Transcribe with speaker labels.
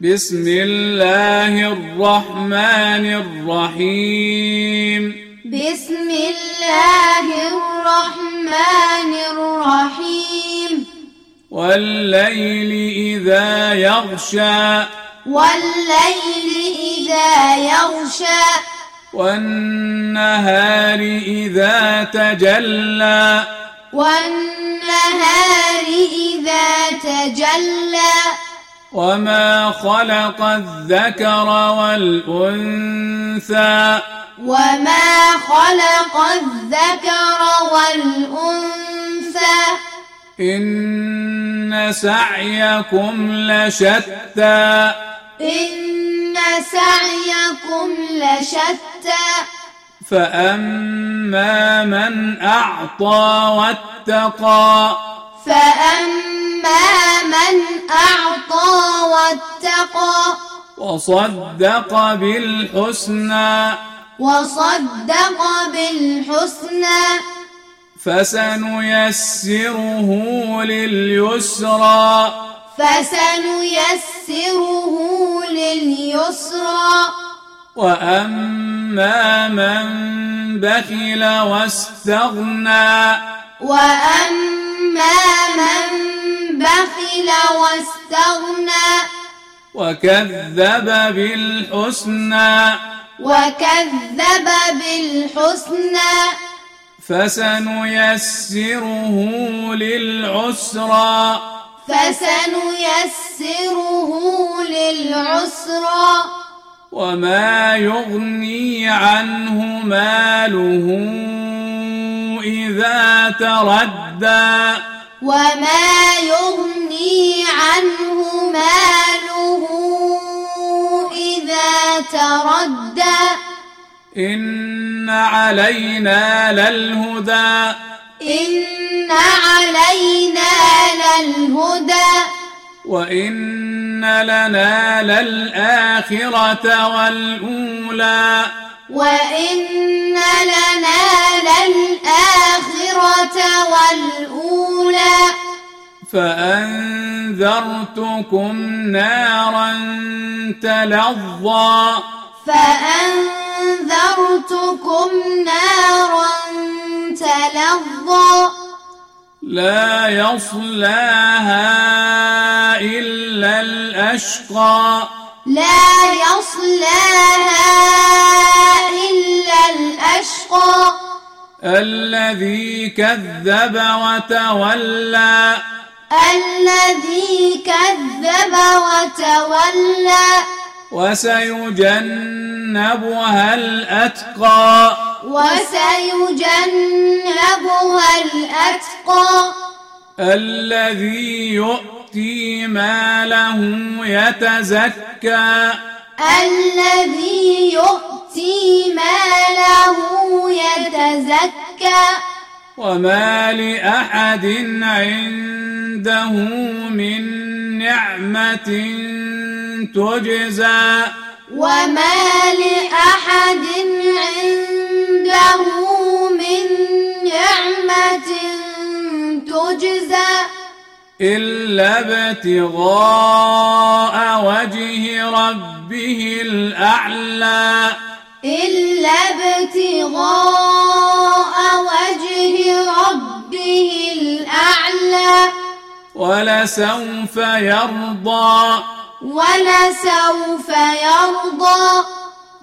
Speaker 1: بسم الله الرحمن الرحيم
Speaker 2: بسم الله الرحمن الرحيم
Speaker 1: والليل إذا يغشى
Speaker 2: والليل إذا يغشى
Speaker 1: والنهار إذا تجلى
Speaker 2: والنهار إذا تجلى
Speaker 1: وما خلق الذكر والأنثى
Speaker 2: وما خلق الذكر والأنثى
Speaker 1: إن سعيكم لشتى
Speaker 2: إن سعيكم لشتى
Speaker 1: فأما من أعطى واتقى
Speaker 2: فأما من أعطى واتقى
Speaker 1: وصدق بالحسنى
Speaker 2: وصدق بالحسنى
Speaker 1: فسنيسره لليسرى
Speaker 2: فسنيسره لليسرى
Speaker 1: وأما من بخل واستغنى
Speaker 2: وأما من بخل واستغنى
Speaker 1: وكذب بالحسنى
Speaker 2: وكذب بالحسنى
Speaker 1: فسنيسره للعسرى
Speaker 2: فسنيسره للعسرى
Speaker 1: وما يغني عنه ماله إذا تردى
Speaker 2: وما يغني عنه ماله إذا تردى
Speaker 1: إن علينا للهدى
Speaker 2: إن علينا للهدى
Speaker 1: وإن لنا للآخرة والأولى
Speaker 2: وإن لنا للآخرة والأولى
Speaker 1: فأنذرتكم نارا تلظى
Speaker 2: فأنذرتكم نارا تلظى
Speaker 1: لا يصلاها إلا الأشقى
Speaker 2: لا يصلاها إلا الأشقى
Speaker 1: الذي كذب وتولى
Speaker 2: الذي كذب وتولى
Speaker 1: وسيجنبها الأتقى
Speaker 2: وسيجنبها الأتقى
Speaker 1: الذي يؤتي ماله يتزكى
Speaker 2: الذي يؤتي ماله يتزكى
Speaker 1: وما لأحد عنده من نعمة تجزى
Speaker 2: وما لأحد عنده من نعمة تجزى
Speaker 1: إلا ابتغاء وجه ربه الأعلى
Speaker 2: إلا ابتغاء وجه ربه الأعلى
Speaker 1: ولسوف يرضى
Speaker 2: ولسوف يرضى